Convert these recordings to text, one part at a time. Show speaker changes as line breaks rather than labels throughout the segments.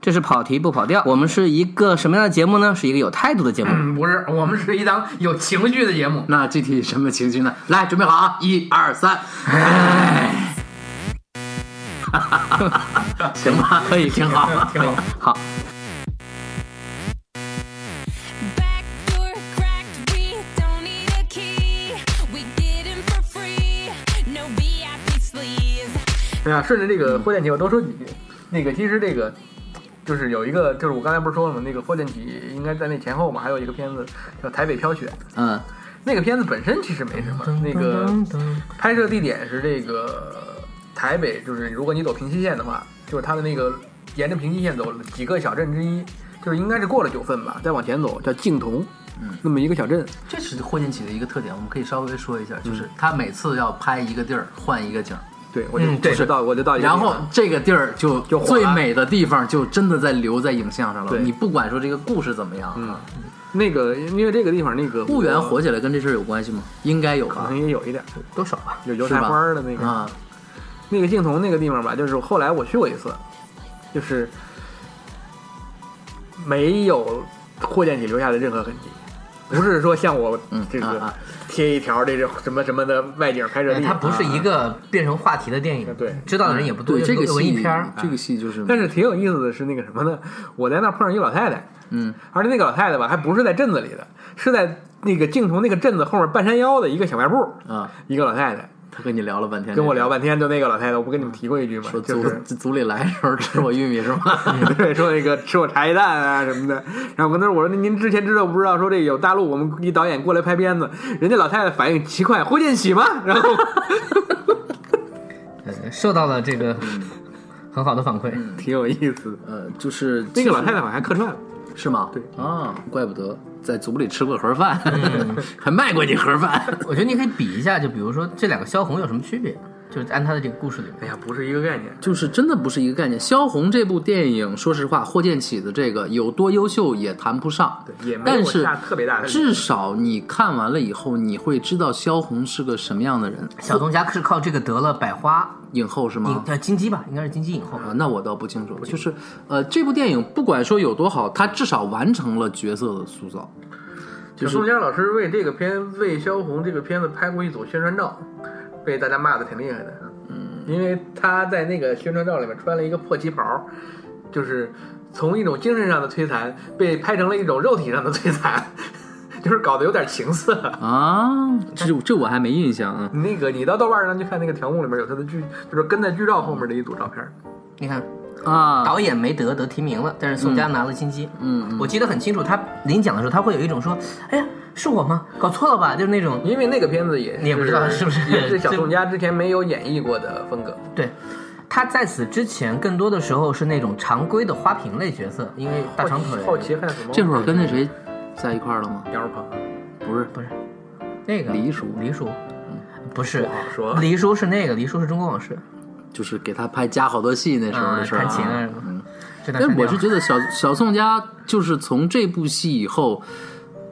这是跑题不跑调。我们是一个什么样的节目呢？是一个有态度的节目。
嗯，不是，我们是一档有情绪的节目。
那具体什么情绪呢？来，准备好啊！一二三，
哎，
行吧，
可以
挺好。
挺好。
好，
Backdoor cracked, we don't need a key. We get in for free, no VIP sleeves.
对啊，顺着这个霍建起，我多说几句。那个，其实这个就是有一个，就是我刚才不是说了吗？那个霍建起应该在那前后嘛，还有一个片子叫《台北飘雪》，
嗯，
那个片子本身其实没什么，那个拍摄地点是这个台北，就是如果你走平西线的话，就是它的那个沿着平西线走了几个小镇之一，就是应该是过了九份吧，再往前走叫镜同，
嗯
那么一个小镇。
这是霍建起的一个特点，我们可以稍微说一下，
嗯
就是他每次要拍一个地儿换一个景儿，
对，我就、
嗯
就
对
是到我就
哦
到一个地
然
方，
后这个地儿就
就火了
最美的地方就真的在留在影像上了。
对
你不管说这个故事怎么
嗯
样，啊，
嗯那个因为这个地方那个
婺源
我
火起来跟这事儿有关系吗？应该有
可
吧
能，也有一点
多少吧，
有油
是
菜
吧
花儿的那个
啊，
那个镜头那个地方吧，就是后来我去过一次，就是没有霍建起留下的任何痕迹，不是说像我
嗯
这
啊
个
啊
贴一条这种什么什么的外景拍摄地，
它不是一个变成话题的电
啊
影，
对
知道的人也不多，
对这个
文艺
戏
片儿，，啊
这个戏就是，
但是挺有意思的是那个什么呢？我在那儿碰上一老太太，
嗯，
而且那个老太太吧，还不是在镇子里的，是在那个镜头那个镇子后面半山腰的一个小卖部，
啊，
一个老太太
他啊跟你聊了半天，
跟我聊半天，就那个老太太，我不跟你们提过一句吗？
说
就
组
是
组里来的时候吃我玉米是吗？
对，说那个吃我茶叶蛋啊什么的。然后我跟他说，我说您之前知道不知道说这有大陆我们一导演过来拍片子，人家老太太反应奇怪，霍建起吗？然 后
呃受到了这个
嗯
很好的反馈。
挺有意思的。
呃，就是
那个老
其实
太太好像还客串了，
是吗？
对
啊， 怪不得在组里吃过盒饭， 还卖过你盒饭。
我觉得你可以比一下，就比如说这两个萧红有什么区别，就是按他的这个故事里面。
哎呀，不是一个概念。
就是真的不是一个概念。萧红这部电影，说实话，霍建起的这个有多优秀也谈不上，
对也没有
但是
下特别大的
至少你看完了以后，你会知道萧红是个什么样的人。
小东家是靠这个得了百花
影后是
影
吗？
呃金鸡吧，应该是金鸡影后。
啊，那我倒不清楚。就是呃，这部电影不管说有多好，它至少完成了角色的塑造。
就是宋佳老师为这个片为萧红这个片子拍过一组宣传照，被大家骂的挺厉害的。嗯，因为他在那个宣传照里面穿了一个破旗袍，就是从一种精神上的摧残被拍成了一种肉体上的摧残， 就是搞得有点情色。
啊，这这我还没印象啊。
嗯
那个你到豆瓣上去看那个条目里面有他的剧，就是跟在剧照后面的一组照片。
你看，
啊，
导演没得得提名了，但是宋佳拿了金鸡。
嗯嗯
我记得很清楚，他领奖的时候，他会有一种说：“哎呀，是我吗？搞错了吧？”就是那种
因为那个片子也
你也不知道是不是
也是小宋佳之前没有演绎过的风格，
对。他在此之前，更多的时候是那种常规的花瓶类角色，因为大长腿。
好奇害死猫，
这会儿跟那谁在一块儿了吗？
杨若鹏
不是，
不是那个
黎叔
黎叔，不是
好说
黎叔是那个黎叔是中国往事，
就是给他拍加好多戏那时候的
嗯，
事儿、
弹琴啊什么。这段删掉
但是哎我
了
是觉得小小宋佳就是从这部戏以后，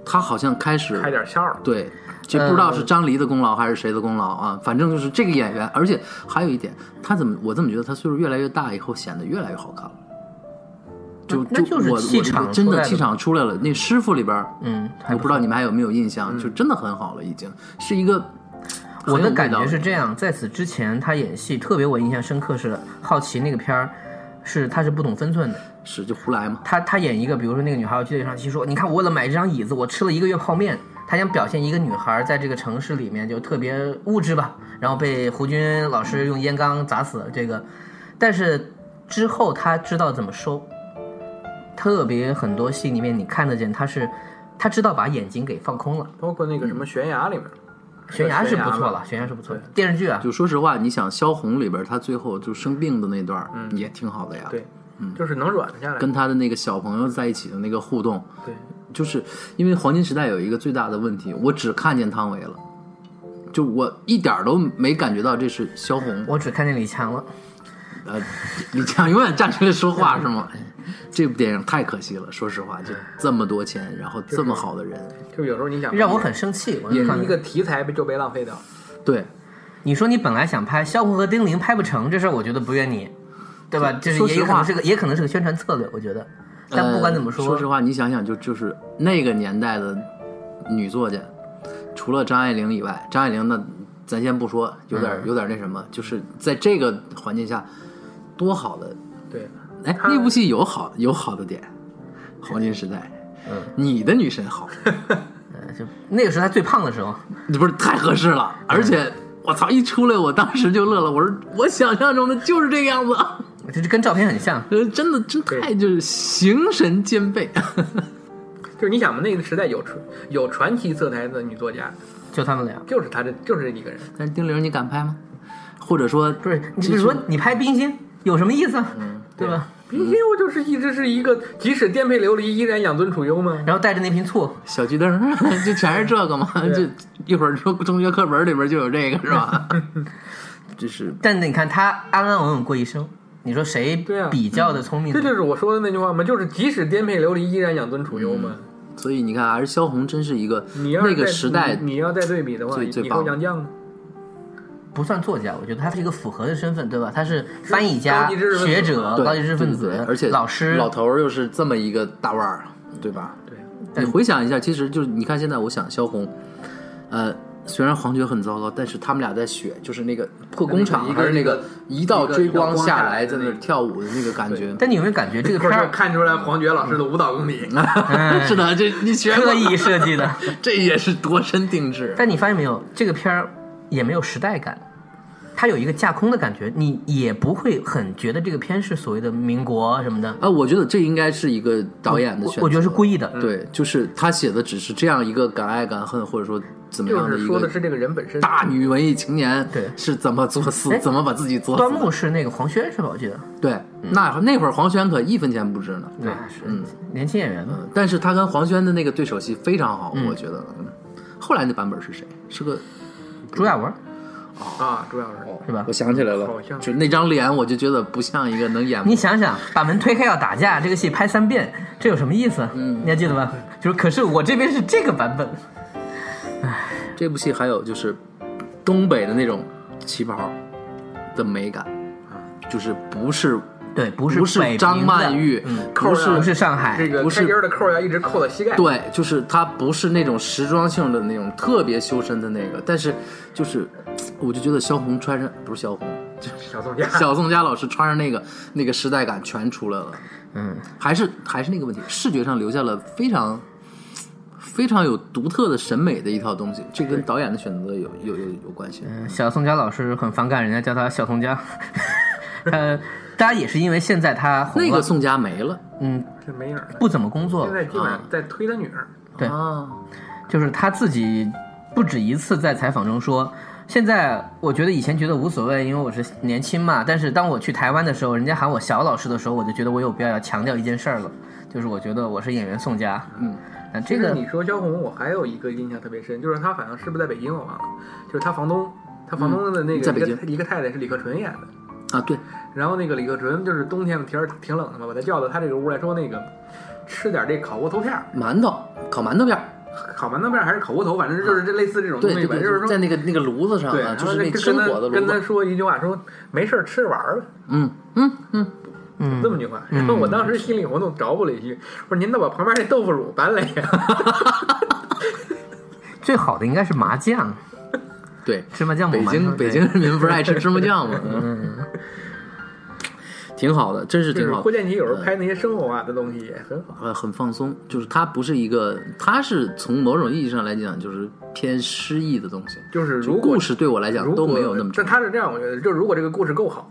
他好像开始
开点笑了。
对，就不知道
嗯
是张黎的功劳还是谁的功劳啊，反正就是这个演员，而且还有一点，他怎么我怎么觉得他岁数越来越大以后显得越来越好看了。就
那那就是
我
气场
我我真
出来
的
了
气场出来了。那师傅里边儿，
嗯，还嗯
我不知道你们还有没有印象，就真的很好了，已经是一个
我
很有
的
味
感
道
觉是这样，在此之前他演戏特别我印象深刻是好奇那个片儿，是他是不懂分寸的。
是就胡来嘛，
他他演一个，比如说那个女孩，我记得有一场戏说，你看我为了买这张椅子，我吃了一个月泡面。他想表现一个女孩在这个城市里面就特别物质吧，然后被胡军老师用烟缸砸死这个，但是之后他知道怎么收，特别很多戏里面你看得见他是，他知道把眼睛给放空了，
包括那个什么悬崖里面，
嗯悬崖是不
悬崖
错
嘛
了，悬崖是不错的，电视剧啊，
就说实话，你想萧红里边儿，她最后就生病的那段儿，也挺好的呀。
对，
嗯
就是能软下来。
跟她的那个小朋友在一起的那个互动，
对，
就是因为黄金时代有一个最大的问题，我只看见汤唯了，就我一点儿都没感觉到这是萧红。
我只看见李强了。
呃，李强 永远站出来说话是吗？ 哎这部电影太可惜了，说实话，就这么多钱，然后这么好的人，
就有时候你想
让我很生气。我
也
就是看
一个题材被就被浪费掉。
对，
你说你本来想拍萧红和丁玲拍不成这事儿，我觉得不怨你。对吧？就是
说
也有
实
可能
话呃
是个，也可能是个宣传策略，我觉得。但不管怎么
说，
说，
说实话，你想想就，就是那个年代的女作家，除了张爱玲以外，张爱玲那咱先不说，有点、
嗯
有点那什么，就是在这个环境下，多好的，
对，
哎，
她
那部戏有好有好的点，黄金时代，
嗯
你的女神好，
呃就那个时候他最胖的时候，
不是太合适
嗯
了，而且我操，一出来我当时就乐了，我说我想象中的就是这个样子，
就是跟照片很像。
呃真的真太就是形神兼备，
就是你想嘛，那个时代有传有传奇色彩的女作家，
就他们俩，
就是她这就是这几个人。
但是丁玲你敢拍吗？或者说
不是你
其
比
实嗯
如说你拍冰心有什么意思啊？对吧？
冰心我就是一直是一个，即使颠沛流离，依然养尊处优嘛。
然后带着那瓶醋，
小桔灯儿 就全是这个嘛，就一会儿说中学课本里边就有这个是吧？就是
但你看他安安稳稳过一生，你说谁
对啊
比较
嗯
的聪明
这
呢？
就是我说的那句话嘛，就是即使颠沛流离，依然养尊处优嘛。
所以你看，啊还是萧红真是一个
嗯
你要是
那个
再
时代
你，你要再对比的话，
最
以
最
以
棒
后杨绛呢
不算作家，我觉得他是一个符合的身份，对吧？他是翻译
高
家、
级知识分子
学者、
对
高级知识分子
对对，而且
老师。
老头儿又是这么一个大腕儿，对吧？
对，
你回想一下，其实就是你看现在，我想萧红，呃。虽然黄觉很糟糕，但是他们俩在雪，就是那个破工厂，
一个
还是那个一道追光下来
一个
在
一个
那儿跳舞的那个感觉，
但你有没有感觉这个
或
片
者
儿嗯
看出来黄觉老师的舞蹈功底。
是的，这你学过
刻意设计的？
这也是度身定制。
但你发现没有，这个片儿也没有时代感，它有一个架空的感觉，你也不会很觉得这个片是所谓的民国什么的。
啊，我觉得这应该是一个导演的
我
选择，嗯
我觉得是故意的，
对，就是他写的只是这样一个敢爱敢恨，或者说怎 么
就
样
是
一
说的
个
嗯
是这个人本身。
大女文艺青年，
对
是怎么作死
哎，
怎么把自己作死 的。
端木是那个黄轩是吧？我记得，
对，那那会儿黄轩可一分钱不值呢。
对，啊是
嗯
年轻演员嘛。
但是他跟黄轩的那个对手戏非常好，我觉得。嗯后来那版本是谁？是个
朱亚文
啊，朱老师，
是吧
我？想起来了
好，像
就那张脸，我就觉得不像一个能演。
你想想，把门推开要打架，这个戏拍三遍，这有什么意思？嗯，你还记得吧？就是，可是我这边是这个版本，
嗯这部戏还有就是东北的那种旗袍的美感，啊就是不是
对，不是
不
不
是张曼玉，
扣
不
上
不
是
是嗯上海，
这个
哎不是
开襟的扣要一直扣到膝盖。
对，就是它不是那种时装性的那种特别修身的那个，但是就是我就觉得萧红穿上不是萧红，
啊
就是
小宋佳，
小宋佳老师穿上那个那个时代感全出来了，
嗯，
还是还是那个问题，视觉上留下了非常。非常有独特的审美的一套东西，这跟导演的选择有有有有关系。
小宋佳老师很反感，人家叫他小宋佳。 呃，当然也是因为现在他红了，
那个宋佳没了
嗯，
这没影儿了。
不怎么工作
现，在基本上在推他女儿，
对
啊，
就是他自己不止一次在采访中说，现在我觉得以前觉得无所谓，因为我是年轻嘛。但是当我去台湾的时候，人家喊我小老师的时候，我就觉得我有必要要强调一件事儿了，就是我觉得我是演员宋佳。嗯，那这
其实
个
你说萧红，我还有一个印象特别深，就是她好像是不是在北京，我忘了，就是她房东，她房东的那个、
嗯在北
一
京
个一个太太是李克纯演的，
啊，对，
然后那个李克纯就是冬天天儿挺冷的嘛，把她叫到她这个屋来说那个吃点这烤窝头片儿，
馒头烤馒头片儿，
烤馒头片儿还是烤窝头，反正就是这类似这种东
啊对
西
对
吧，
对，
就是
就
说
是在那个那个炉子上
对，
啊，
然
就
后
是那
跟
生
他
火的炉
跟他
子，
说一句话，说没事儿吃着玩儿呗，
嗯嗯嗯，
嗯
这么句话。然后我当时心里活动着补了一句，我说您倒把旁边这豆腐乳搬来呀。
最好的应该是麻酱，
对，
芝麻酱抹
北
馒头
京
对
北京人民不是爱吃芝麻 酱吗？嗯，挺好的，真是
就
挺
是
好
霍
的，嗯
建起有时候拍那些生活化的东西也很好。
呃，很放松。就是它不是一个，它是从某种意义上来讲，就是偏诗意的东西。
就是
就
如果
故事对我来讲
如
都
果
没有那么重
但
嗯要，
他是这样，我觉得，就是如果这个故事够好，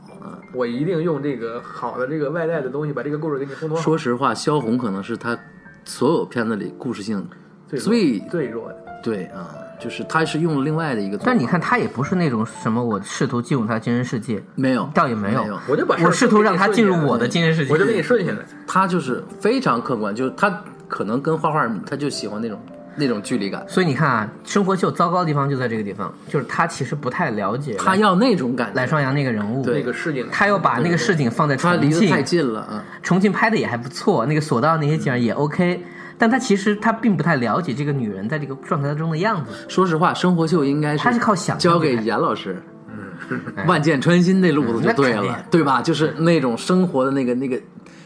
我一定用这个好的这个外在的东西把这个故事给你烘托好。
说实话，萧红可能是他所有片子里故事性
最
最
最弱的，
对啊，就是他是用另外的一个做法。
但你看他也不是那种什么我试图进入他的精神世界，
没有，
倒也没有
没有
我就把事儿
我试图让他进入我的
给
精神世界
我就给你顺下来。
他就是非常客观，就是他可能跟画画，他就喜欢那种那种距离感。
所以你看啊，生活秀糟糕的地方就在这个地方，就是他其实不太了解
他要那种感觉，
赖双阳那个人物，
对
那个事情，
他又把那个市井放在
他
重
离得太
庆，
近了啊。
重庆拍的也还不错，那个索道那些景儿也 OK，但他其实他并不太了解这个女人在这个状态中的样子。
说实话，生活秀应该
他是靠想象
交给
去拍
严老师， 万箭穿心那路子
那
就对
肯定
了，对吧？就是那种生活的那个那个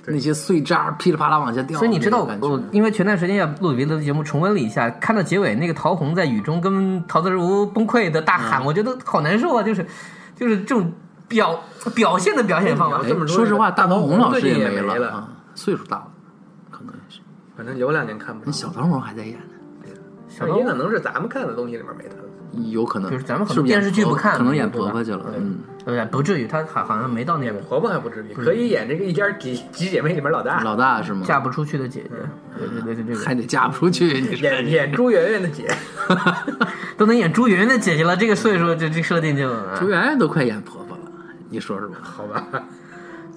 那些碎渣噼里啪啦往下掉。
所以你知道
那
我，
种
我
感觉
因为前段时间要录别的节目，重温了一下，看到结尾那个陶虹在雨中跟陶泽如崩溃的大
嗯
喊，我觉得好难受啊！就是，就是这种表表现的表现方法
哎。这么
哎
说
说实话，大
大
桃
鹏
红老
最
师
近也
没
没了
啊，岁数大了，可能也是。
反正有两年看不
那
上。
小桃红还在演呢，
小
也
刀
可能是咱们看的东西里面没他，
有可能。
就是咱们很多
是不是演
电视剧不
婆
看
可能演
对吧
婆婆去了。嗯，
呃，不至于，他好好像没到那个
婆婆还不至于，可以演这个一家几几姐妹里面老大，
老大是吗？
嫁不出去的姐姐，对对对对对，
还得嫁不出去，你说
演演朱媛媛的姐，
都能演朱云的姐姐了，这个岁数就这设定就
朱媛媛都快演婆婆了，你说是吧？
好 吧？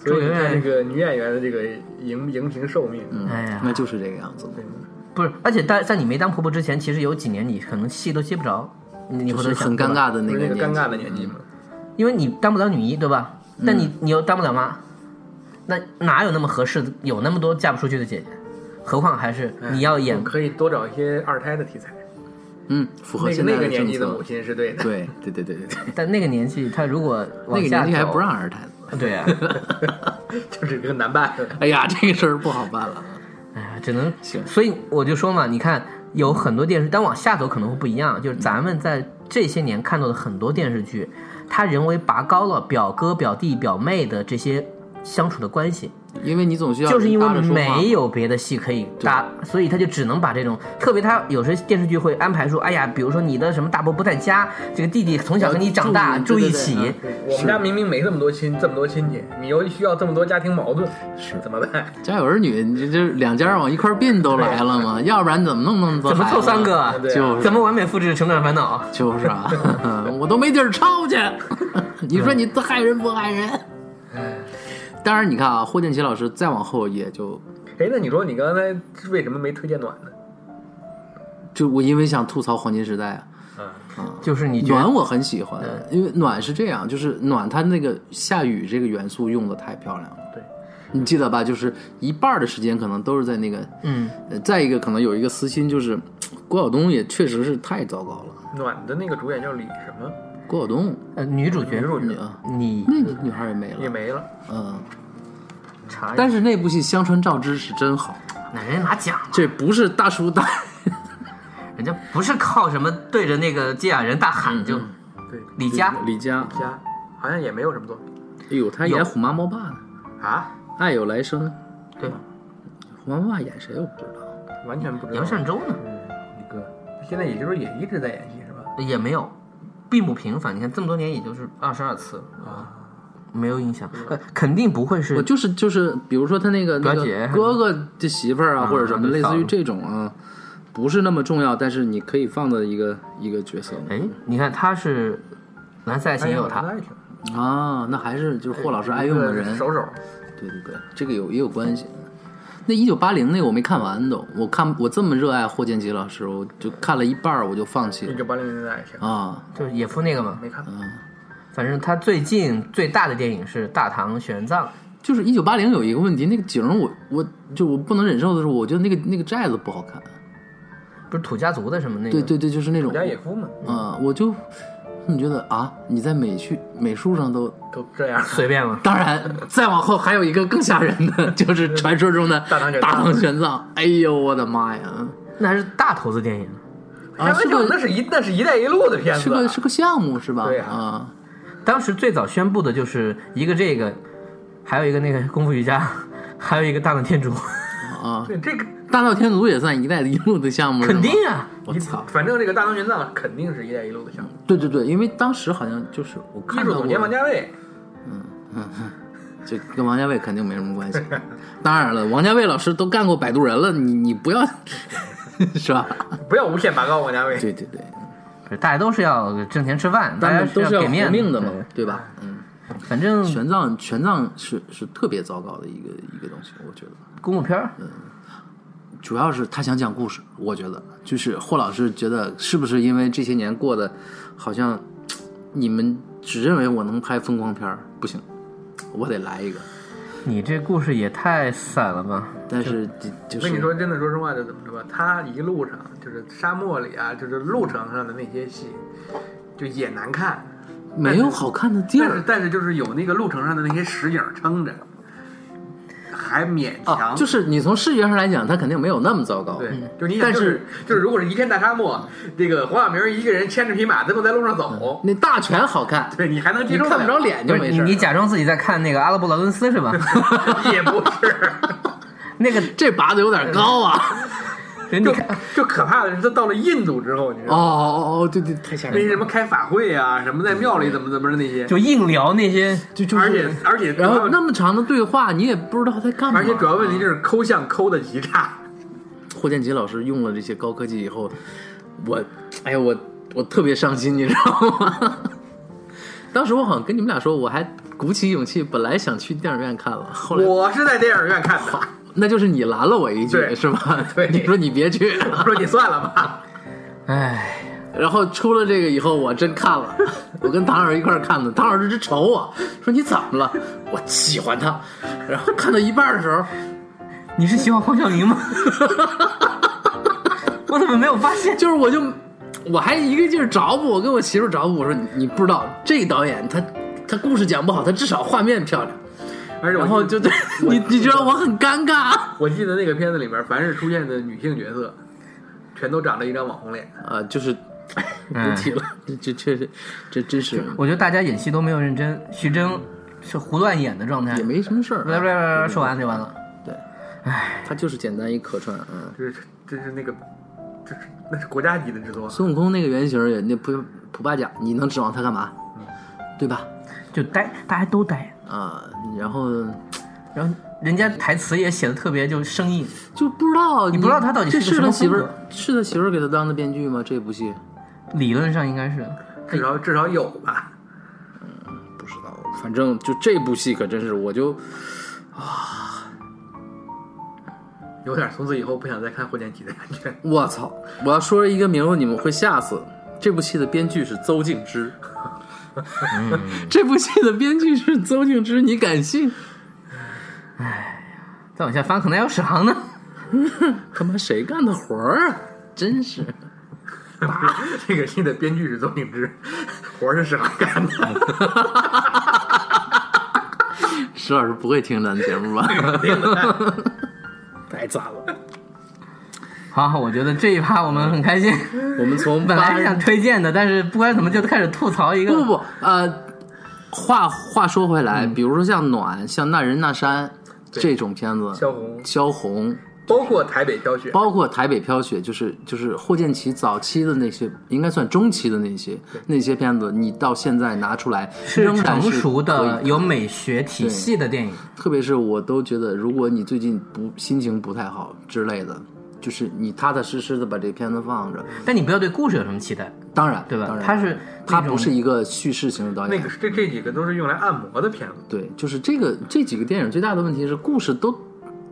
所以你看这个女演员的这个荧荧屏寿命，
嗯
哎呀
那就是这个样子的。
不是，而且在在你没当婆婆之前，其实有几年你可能戏都接不着，你你
就
会
是很尴，
对吧
尬的
不
那
是那个
个
尴
年纪
尬的年纪嘛。
因为你当不了女一，对吧？但
嗯
你你又当不了妈，那哪有那么合适的？有那么多嫁不出去的姐姐，何况还是
哎
你要演
我可以多找一些二胎的题材，
嗯，符合
那个
现在
那个
的
年
政
纪的母
策。
亲是对的。
对对对对对对，
但那个年纪，她如果
那
往
个
下
年纪还
走
不让二胎呢。
对 啊，
就是个难办。
哎呀， 这个事儿不好办了。
哎呀，只能
行
所以我就说嘛，你看有很多电视，但往下走可能会不一样，就是咱们在这些年看到的很多电视剧，它人为拔高了表哥、表弟、表妹的这些相处的关系，
因为你总需要
就是因为
搭着说话
没有别的戏可以搭，所以他就只能把这种特别，他有时电视剧会安排说，哎呀，比如说你的什么大伯不在家，这个弟弟从小跟你长大，
要
住
住
一
一
起，
对对
我们家明明没这么多亲，这么多亲戚，你又需要这么多家庭矛盾，
是
怎么办？
家有儿女，你这两家往一块儿并都来了嘛，要不然怎么弄那么多
怎么
孩
凑
子
三个啊？
对啊
就是
怎么完美复制《成长烦恼》？
就是啊， 我都没地儿抄去。 你说
嗯
你害人不害人？
哎
当然，你看啊，霍建奇老师再往后也就
哎，那你说你刚才为什么没推荐暖呢？
就我因为想吐槽黄金时代啊，
啊，
就是嗯你觉得嗯
暖我很喜欢，因为暖是这样，就是暖它那个下雨这个元素用的太漂亮了。
对，
你记得吧？就是一半儿的时间可能都是在那个，
嗯
呃再一个可能有一个私心，就是郭晓东也确实是太糟糕了。
暖的那个主演叫李什么？
郭晓东
呃女主角
女主角
啊，
你
那个女孩儿也没
也
了，
没了。
嗯，
查一下
但是那部戏香川照之是真好，
那人家拿奖，
这不是大叔大，
人家不是靠什么对着那个接雅人大喊
嗯
就
对，
李佳，
李佳，
家好像也没有什么作品
哎呦，他演虎妈猫爸呢，
啊，
爱有来生，
对，
虎妈猫爸演谁我不知道，
完全不知道。
杨善洲呢
一个，现在也就是也一直在演戏是吧？
也没有，并不平凡。你看这么多年，也就是二十二次
啊，
没有印象，呃，肯定不会
我
是
就是就是，比如说他那个那
表
个
姐
哥哥的媳妇儿啊，
啊
或者什么
那
类
嫂
似于
子
这种啊，不是那么重要，但是你可以放的一个一个角色
哎，你看他是蓝色爱情也有他，
哎呀
啊，那还是就是霍老师爱用的人，
哎手手，
对对对，这个有也有关系。那一九八零那个我没看完都，我看我这么热爱霍建奇老师，我就看了一半儿我就放弃
一
了
九八零年代爱情
啊。
就是野夫那个嘛。
没看。
嗯
反正他最近最大的电影是《大唐玄奘》，
就是一九八零有一个问题，那个景儿我我就我不能忍受的是，我觉得那个那个寨子不好看。
不是土家族的什么那个？
对对对，就是那种
家野夫嘛，
啊、我就你觉得啊，你在美术美术上都，
都这
啊
样。
随便了。
当然再往后还有一个更吓人的，就是传说中的
大唐玄奘
大唐玄奘。哎呦我的妈呀！
那还是大投资电影。
开
啊，
玩
是
笑，那
个
是一那是一带一路的片子，啊
是个是个项目是吧？
对啊
啊，
当时最早宣布的就是一个这个，还有一个那个功夫瑜伽，还有一个大闹天竺，
啊
对这个
大闹天竺也算一带一路的项目，是吗
肯定！啊，
我操！
反正这个大唐玄奘肯定是一带一路的项目。
对对对，因为当时好像就是我
艺
看
术
到
总
过，
监王家卫，
这跟王家卫肯定没什么关系。 当然了，王家卫老师都干过摆渡人了，你你不要 是吧？
不要无限拔高王家卫。
对对 对，
大家都是要挣钱吃饭，大
但
家
是都是
要
活
给面
命的
子
嘛，对吧？嗯，
对反正
玄奘玄奘是是特别糟糕的一个一个东西，我觉得。
功夫片儿
主要是他想讲故事，我觉得就是霍老师觉得是不是因为这些年过得好像你们只认为我能拍风光片儿，不行，我得来一个。
你这故事也太散了吧？
但是就就
我
是
跟你说，真的，说实话，就怎么说吧，他一路上就是沙漠里啊，就是路程上的那些戏，就也难看。
没有好看的地
但是
儿
但是就是有那个路程上的那些石影撑着，还勉
啊，
强。
就是你从视觉上来讲，它肯定没有那么糟糕。嗯
对，就你想
但
就是就是如果是一片大沙漠，这个黄晓明一个人牵着匹马，最后在路上走，
那大全好看，
对你还能接
嗯你
受
看不着
了，
脸就没
你
事儿。
你假装自己在看那个阿拉伯劳伦斯是 吧？
也不是。
那个
这拔的有点 高啊！
人
就
家看
就可怕的是，他到了印度之后，你知
哦
道吗。
哦哦，对对，太吓
那些
人
什
了。
么开法会啊，什么在庙里怎么怎么的那些，
就硬聊那些，
就就
而且
是，
而且主
然后
要
那么啊长的对话，你也不知道在干嘛。
而且主要问题就是抠像抠的极差，
霍建奇老师用了这些高科技以后，我，哎呀，我我特别伤心，你知道吗？ 当时我好像跟你们俩说，我还鼓起勇气，本来想去电影院看了，后来
我是在电影院看的，
那就是你拦了我一句，
对
是吧？
对
你说你别去，啊
我说你算了吧，
唉，
然后出了这个以后，我真看了， 我跟唐老师一块儿看的，唐老师直瞅我说你怎么了？我喜欢他，然后看到一半的时候，
你是喜欢黄晓明 吗？我怎么没有发现？
就是我就我还一个劲儿找补，我跟我媳妇儿找补，我说你你不知道这个导演他他故事讲不好，他至少画面漂亮。
而且我
然后
记
就对 你你知道我很尴尬。
我记得那个片子里面，凡是出现的女性角色，全都长了一张网红脸。
啊，就是
嗯
不提了，这 这确实这真是
我觉得大家演戏都没有认真，徐峥是胡乱演的状态
也。没什么事
来来
儿啊，
来来，说完就完了。
他就是简单一客串嗯。
这是这是那个，这是那是国家级的制作。
孙悟空那个原型儿也那普普巴甲，你能指望他干嘛？对吧？
就呆，大家都呆，
啊，然后
然后人家台词也写的特别就生硬，
就不知道你
不知道他到底
这
是个
是
什
他
么
媳妇
风
儿是他媳妇儿给他当的编剧吗？这部戏
理论上应该是
至少至少有吧。
不知道，反正就这部戏可真是我就
有点从此以后不想再看霍建起的感觉。
我操！我要说一个名字，你们会吓死。这部戏的编剧是邹静之， 这部戏的编剧是邹静之，你敢信？
再往下翻可能还有史航呢。
他妈谁干的活儿啊？真是，
这个戏的编剧是邹静之，活儿是史航干的，
石老师不会听咱的节目 吧？太惨了！
好，我觉得这一趴我们很开 心。
我们从
本来是
八
想推荐的，但是不管怎么就开始吐槽一个。
不不不，呃，话话说回
嗯
来，比如说像《暖》、像《那人那山》这种片子，
萧红，
萧红，
包括台北飘雪，
包括《台北飘雪》，就是就是霍建起早期的那些，应该算中期的那些那些片子，你到现在拿出来，
是
仍然
成
是
熟
可
的
以
有美学体系的电影，
特别是我都觉得，如果你最近不心情不太好之类的，就是你踏踏实实的把这片子放着。
但你不要对故事有什么期待，
当然，
对吧
当然
他是
他
那种
不是一个叙事型的导
那
演
个，这这几个都是用来按摩的片子。
对，就是这个这几个电影最大的问题是故事都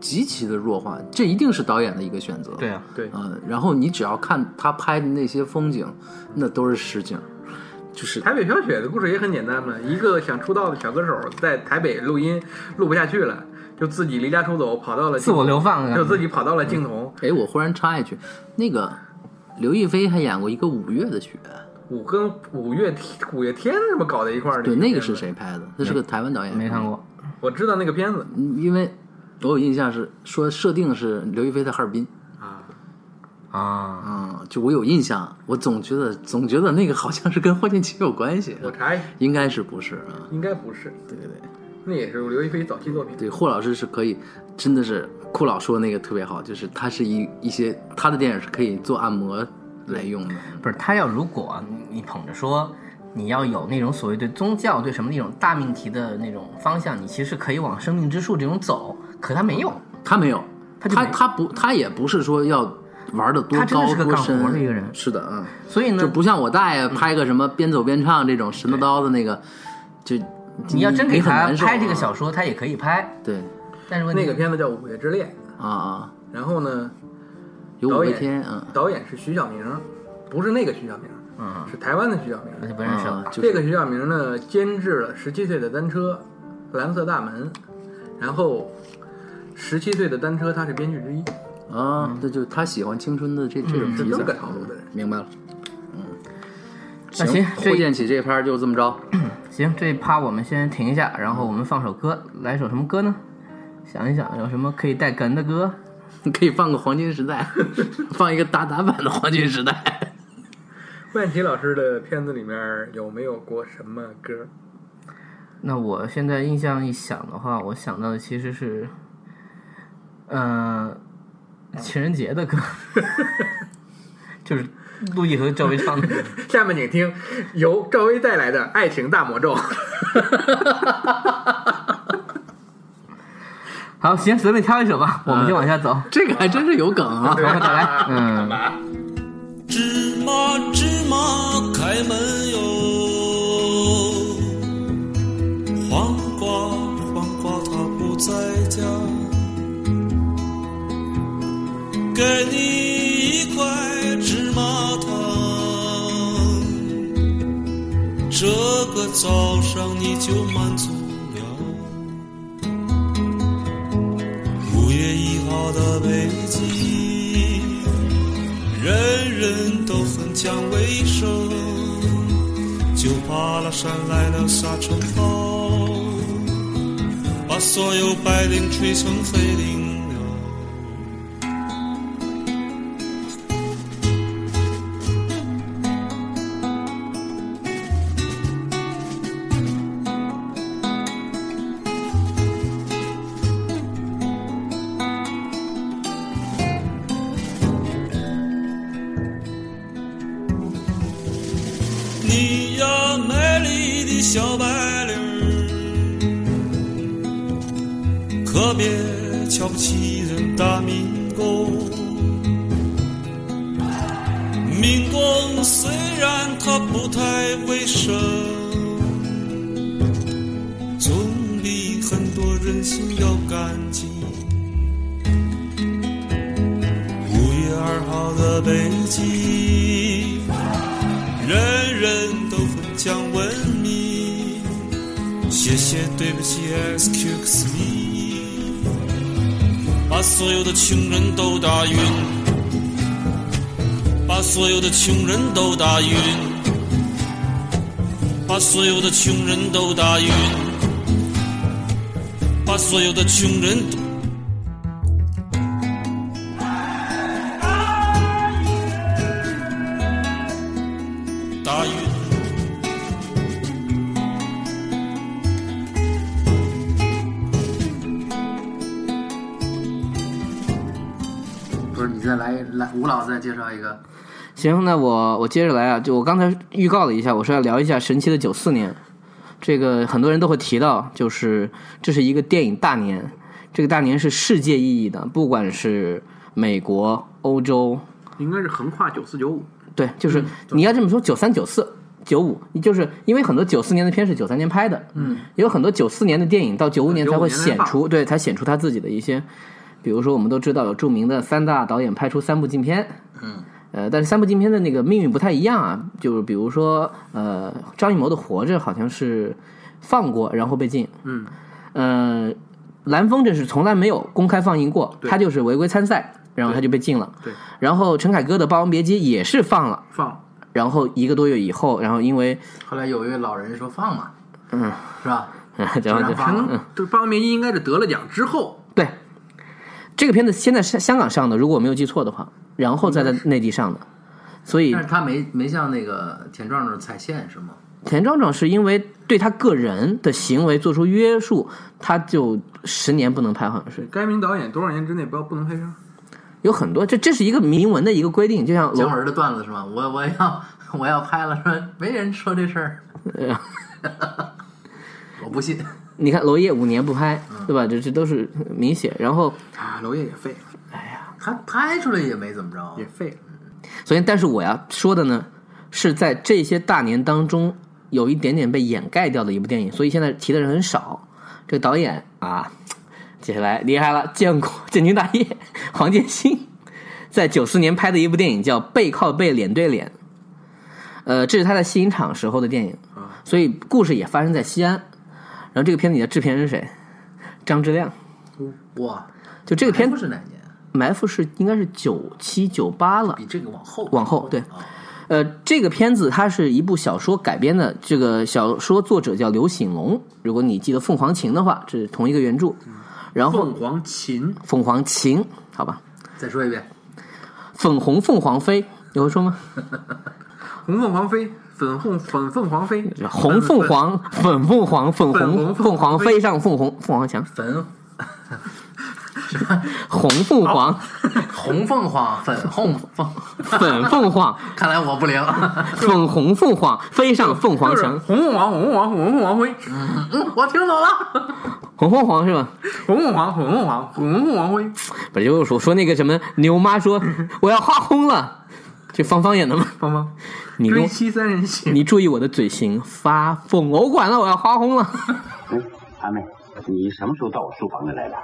极其的弱化，这一定是导演的一个选择。
对啊，
对，
嗯，然后你只要看他拍的那些风景，那都是实景，就是
台北飘雪的故事也很简单嘛，一个想出道的小歌手在台北录音录不下去了，就自己离家出走，跑到了
自我流放
就
啊。
自己跑到了镜童。
哎，我忽然插一句，那个刘亦菲还演过一个《五月的雪
五跟五月天五月天怎么搞在一块儿》，的？
对，那个是？谁拍的？那是个台湾导演，
没看过，
我知道那个片子
嗯。因为我有印象是说设定是刘亦菲在哈尔滨，
啊，
啊，
嗯，就我有印象，我总觉得总觉得那个好像是跟霍建起有关系，
我查一下，
应该是不是啊？
应该不是，
对对对。
那也是刘亦菲早期作品。
对，霍老师是可以，真的是库老说那个特别好，就是他是一一些他的电影是可以做按摩来用的。
不是他要如果你捧着说。你要有那种所谓对宗教、对什么那种大命题的那种方向，你其实可以往生命之树这种走，可他没有，
他没有，
他就
他
没
他不他也不是说要玩的多
他真的
高
是个
多
干
深
活的一个人嗯
是的，嗯，
所以呢，
就不像我大爷拍个什么边走边唱这种神叨叨的那个，就
你要真给
你很
他
难受啊
拍这个小说，他也可以拍，
对
但是问题
那个片子叫《五月之恋
啊啊，》，
然后呢，
有五
导
月
演
天啊，
导演是徐晓明，不是那个徐晓明，
嗯，
是台湾的徐晓明。
我就不
嗯
认识
啊
了。
就
这
是
个徐晓明呢，监制了《十七岁的单车》《蓝色大门》，然后《十七岁的单车》他是编剧之一，
嗯啊，那就他喜欢青春的这这种
是
题
这
材嗯
么个套路的人。
明白了。
那行这
霍建起这拍就这么着。
行，这一趴我们先停一下，然后我们放首歌，来首什么歌呢？想一想，有什么可以带哏的歌？
你可以放个黄金时代， 放一个打打版的黄金时代。
万奇老师的片子里面有没有过什么歌？
那我现在印象一想的话，我想到的其实是，呃，情人节的歌， 就是陆毅和赵薇唱的。
下面请听由赵薇带来的《爱情大魔咒》。
好，行，随便挑一首吧，我们就往下走。
这个还真是有梗啊！
从头再来，嗯，
芝麻芝麻开门哟，黄瓜黄瓜它不在家，给你一块芝麻糖，这个早上你就满足了。五月一号的北京。人人都很讲卫生，就怕了山来了沙尘暴，把所有白领吹成黑领了。你呀，美丽的小白领儿，可别瞧不起人大民工。民工虽然他不太卫生，总比很多人心要干净。五月二号的北京。人人都很讲文明。谢谢，对不起，excuse me，把所有的穷人都打晕，把所有的穷人都打晕，把所有的穷人都打晕，把所有的穷人都。打晕。
不是，你再来来，吴老师再介绍一个。
行，那我我接着来啊，就我刚才预告了一下，我说要聊一下《神奇的九四年》，这个很多人都会提到，就是这是一个电影大年，这个大年是世界意义的，不管是美国、欧洲，
应该是横跨九四九五，
嗯对，就是你要这么说，九三、九四、九五，就是因为很多九四年的片是九三年拍的，嗯，也有很多九四年的电影到九五年才会显出，对，才显出他自己的一些，比如说我们都知道有著名的三大导演拍出三部禁片，嗯，呃，但是三部禁片的那个命运不太一样啊，就是比如说呃，张艺谋的《活着》好像是放过然后被禁，
嗯，
呃，蓝风筝是从来没有公开放映过，他就是违规参赛，然后他就被禁了，
对对
然后陈凯歌的《霸王别姬》也是放了。
放
然后一个多月以后，然后因为，
后来有一位老人说放嘛，
嗯，
是吧？
然后就
这样放
嗯
了，
对，八王别姬应该是得了奖之后，
对，这个片子先在香香港上的，如果我没有记错的话，然后再在内地上的，所以
但是他没没像那个田壮壮踩线是吗？
田壮壮是因为对他个人的行为做出约束，他就十年不能拍，好像是
该名导演多少年之内不要不能拍片儿。
有很多，这这是一个明文的一个规定，就像
姜
罗
文的段子是吗？我我要 我要拍了，说没人说这事儿，
呃
我不信。
你看娄烨五年不拍，对吧？这这都是明显，然后
啊，娄烨也废了，
哎他拍出来也没怎么着，
也废了。
所以，但是我要说的呢，是在这些大年当中有一点点被掩盖掉的一部电影，所以现在提的人很少。这个导演啊，接下来厉害了，建国建军大业，黄建新在九四年拍的一部电影叫《背靠背，脸对脸》，呃，这是他在西影厂时候的电影，所以故事也发生在西安。然后这个片子里的制片人是谁？张之亮。
哇，
就这个片
不
子，
是哪年？啊
埋伏是应该是九七九八了，
比这个往后
往后对
啊
呃，这个片子它是一部小说改编的，这个小说作者叫刘醒龙。如果你记得《凤凰琴》的话，这是同一个原著。然后《
凤凰琴，
凤凰琴》好吧，
再说一遍，
粉红凤凰飞，你会说吗？
红凤凰飞，粉红粉凤凰飞，
红凤凰，粉凤凰，粉
粉红
红凤凰飞上凤凰凤凰墙，
粉
红凤凰，
红凤凰，粉红凤，
粉凤凰，
看来我不灵。
粉红凤凰飞上凤凰
就是
墙，
红凤凰，红凤凰，红凤凰飞，
嗯，我听懂了。
红凤凰是吧？
红凤凰，红凤凰，红凤凰飞，
不是，就是我说那个什么牛妈说我要画轰了，这芳芳演的吗？
芳芳，
你跟
追
哎
我
妻三人行，
你注意我的嘴型发疯，我管了，我要发疯了。
哦
嗯，阿妹，你什么时候到我书房里来的？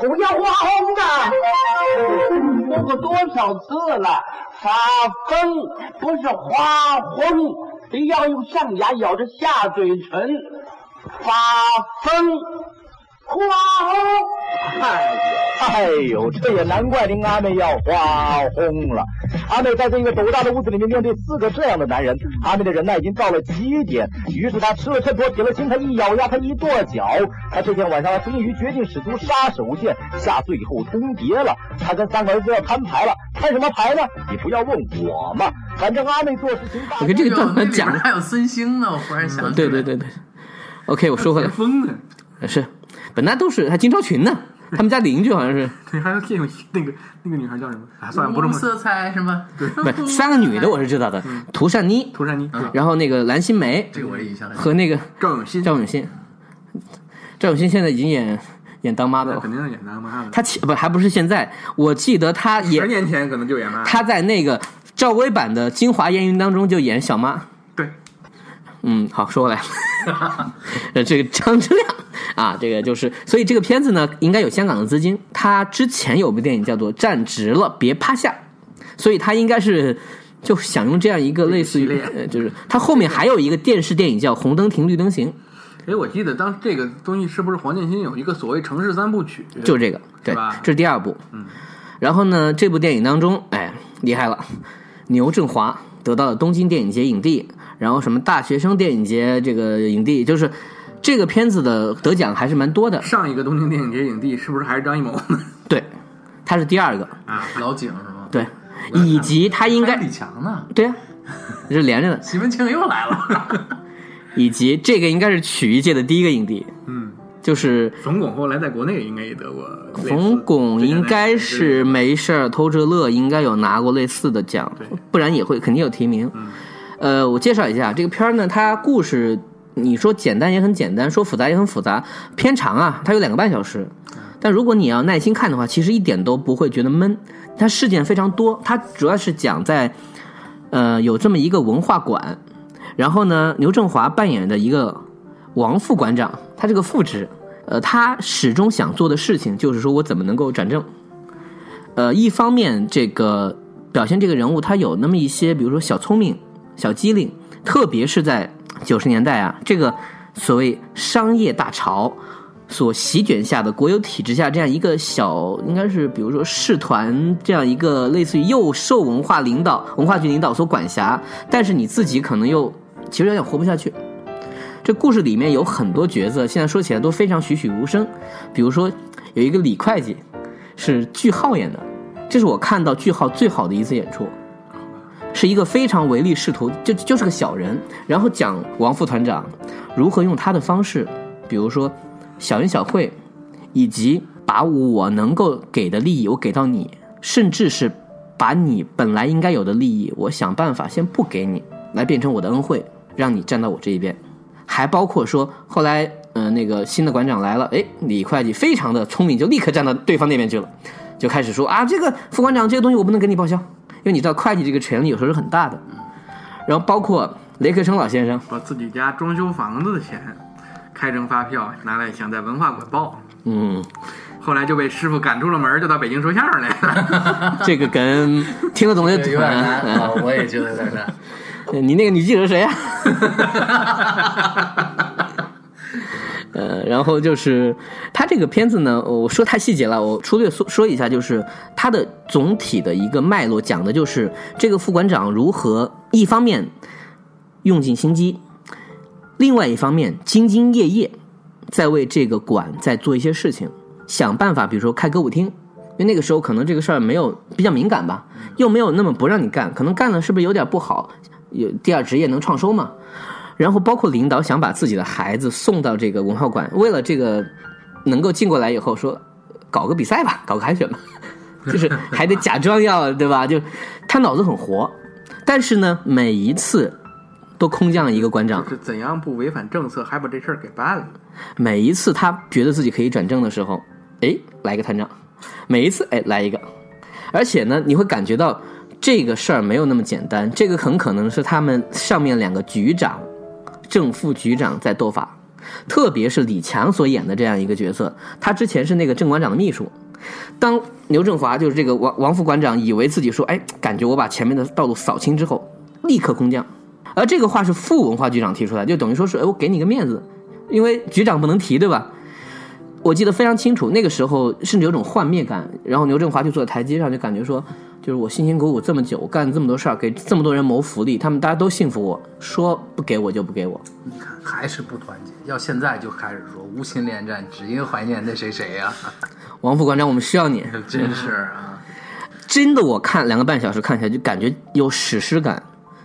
我要花红的，说过哎多少次了，发疯不是花红，要用上牙咬着下嘴唇，发疯，花红。哎哎呦，这也难怪您阿妹要花红了。阿妹在这个斗大的屋子里面，面对四个这样的男人，阿妹的忍耐已经到了极点。于是她吃了秤砣，铁了心，她一咬牙，她一跺脚。她这天晚上终于决定使出杀手锏，下最后通牒了。她跟三个儿子要摊牌了，摊什么牌呢？你不要问我嘛，反正阿妹做事情大。
我跟 这个段子讲嗯
那里边，还有孙兴呢，我忽然想起来。
对对对对。OK，我说回
别
来，
疯了，
是本来都是还金超群呢，他们家邻居好像是，
对，还有这种那个那个女孩叫什么？啊，算了，不重要。
红色彩什么？对，
不是三个女的我是知道的，涂善妮，
涂山妮，对
然后那个蓝心湄
嗯这个我也印象很深。
和那个
赵永新，
赵永信，赵永信现在已经演演当妈的
那肯
嗯
了，
定是演男妈的。
他其不还不是现在，我记得他
十
演
年前可能就演妈，
他在那个赵薇版的《京华烟云》当中就演小妈。
对，
嗯，好，说回来， 呃，这个张之亮啊，这个就是，所以这个片子呢，应该有香港的资金。他之前有部电影叫做《站直了别趴下》，所以他应该是就想用这样一个类似
系
于
列，
呃，就是他后面还有一个电视电影叫《红灯停绿灯行
哎，我记得当这个东西是不是黄建新有一个所谓城市三部曲？》，
就是这个，对
是吧，
这是第二部。嗯，然后呢，这部电影当中，哎，厉害了，牛振华得到了东京电影节影帝，然后什么大学生电影节这个影帝，就是这个片子的得奖还是蛮多的。
上一个东京电影节影帝是不是还是张艺谋呢？
对，他是第二个，
啊
老井是吗？
对，以及他应
还有
该
李强呢，
对啊，这是连着的，
西门庆又来了。
以及这个应该是曲艺界的第一个影帝，
嗯，
就是
冯巩后来在国内应该也得过类似。
冯巩
这个
应该是
类似
没事儿偷着乐，应该有拿过类似的奖
对，
不然也会肯定有提名。呃，我介绍一下这个片儿呢，它故事你说简单也很简单，说复杂也很复杂，偏长啊，它有两个半小时。但如果你要耐心看的话，其实一点都不会觉得闷。它事件非常多，它主要是讲在，呃，有这么一个文化馆，然后呢，牛振华扮演的一个王副馆长，他这个副职，呃，他始终想做的事情就是说我怎么能够转正。呃，一方面这个表现这个人物他有那么一些，比如说小聪明、小机灵，特别是在九十年代啊，这个所谓商业大潮。所席卷下的国有体制下，这样一个小应该是，比如说市团这样一个类似于又受文化领导、文化局领导所管辖，但是你自己可能又其实有点活不下去。这故事里面有很多角色，现在说起来都非常栩栩如生。比如说有一个李会计，是句号演的，这是我看到句号最好的一次演出，是一个非常唯利是图，就就是个小人，然后讲王副团长如何用他的方式，比如说小恩小惠，以及把我能够给的利益我给到你，甚至是把你本来应该有的利益，我想办法先不给你，来变成我的恩惠，让你站到我这一边。还包括说后来，嗯、那个新的馆长来了，哎，李会计非常的聪明，就立刻站到对方那边去了，就开始说啊，这个副馆长这个东西我不能给你报销，因为你知道会计这个权力有时候是很大的。然后包括雷克生老先生，
把自己家装修房子的钱开征发票拿来想在文化馆报，
嗯，
后来就被师傅赶出了门，就到北京说相声来了。
这个跟听得懂的
有点难
嗯
啊，我也觉得有点难。
啊你那个女记者谁呀、呃，然后就是它这个片子呢，我说太细节了，我粗略说说一下，就是它的总体的一个脉络，讲的就是这个副馆长如何一方面用尽心机，另外一方面兢兢业业在为这个馆在做一些事情，想办法，比如说开歌舞厅。因为那个时候可能这个事儿没有比较敏感吧，又没有那么不让你干，可能干了是不是有点不好？有第二职业能创收嘛？然后包括领导想把自己的孩子送到这个文化馆，为了这个能够进过来以后说，搞个比赛吧，搞个海选吧，就是还得假装要对吧？就他脑子很活，但是呢，每一次都空降一个馆长，
是怎样不违反政策还把这事儿给办了？
每一次他觉得自己可以转正的时候，哎，来个探长；每一次哎来一个，而且呢，你会感觉到这个事儿没有那么简单，这个很可能是他们上面两个局长、正副局长在斗法，特别是李强所演的这样一个角色，他之前是那个郑馆长的秘书。当刘振华就是这个王王副馆长，以为自己说，哎，感觉我把前面的道路扫清之后，立刻空降。而这个话是副文化局长提出来，就等于说是，哎，我给你个面子，因为局长不能提，对吧？我记得非常清楚，那个时候甚至有种幻灭感。然后牛振华就坐在台阶上，就感觉说，就是我辛辛苦苦这么久，我干了这么多事儿，给这么多人谋福利，他们大家都信服我，说不给我就不给我。
你看还是不团结。要现在就开始说无心恋战，只因怀念那谁谁啊呀、
王副馆长，我们需要你。
真是啊！
真的，我看两个半小时看起来就感觉有史诗感。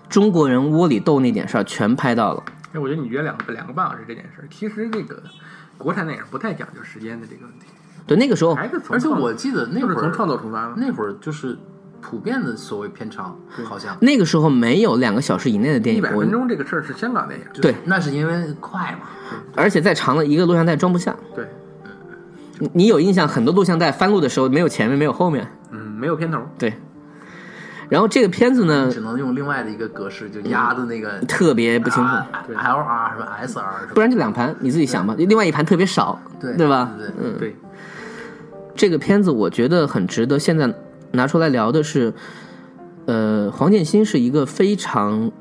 中国人窝里斗那点事儿全拍到了。
哎，我觉得你约两个两个半小时这件事儿，其实这个国产电影不太讲究时间的这个问题，
对，那个时候
还是从
而且
创
我记得那
就
会
是
儿
从创作出发嘛。
那会儿就是普遍的所谓片长，好像
那个时候没有两个小时以内的电
一
影，
百
我
分钟这个事儿是香港电影，
对，
那是因为快嘛。
而且再长了一个录像带装不下。
对，
你你有印象，很多录像带翻录的时候没有前面，没有后面，
嗯，没有片头，
对。然后这个片子呢
只，能用另外的一个格式，就压的那个
特别不清楚，
对 L R 什么 S R 什么，
不然就两盘，你自己想吧。另外一盘特别少，
对
吧？
对
嗯，
对，
这个片子我觉得很值得现在拿出来聊的是，呃，黄建新是一个非常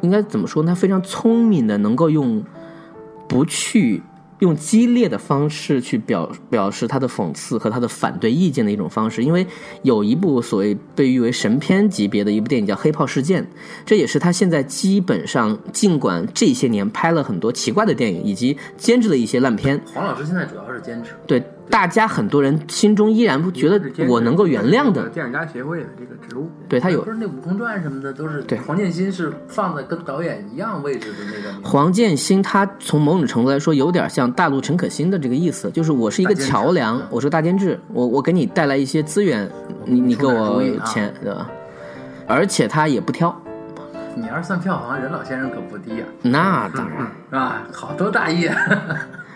应该怎么说呢？他非常聪明的，能够用不去用激烈的方式去表表示他的讽刺和他的反对意见的一种方式。因为有一部所谓被誉为神片级别的一部电影叫《黑炮事件》，这也是他现在基本上尽管这些年拍了很多奇怪的电影，以及监制了一些烂片，
黄老师现在主要是坚持，
对大家很多人心中依然不觉得
是坚持
我能够原谅的，
电影家协会的这个职务，
对他有
不是那《武功传》什么的都是
对
黄建新是放在跟导演一样位置的那个。
黄建新，他从某种程度来说有点像大陆陈可辛的这个意思，就是我是一个
大监制
桥梁
嗯，
我是个大监制，我我给你带来一些资源，你你给
出点
我
主意啊
钱，对吧？而且他也不挑，
你要是算票房，任老先生可不低呀、
那当然，
啊， 好多大意。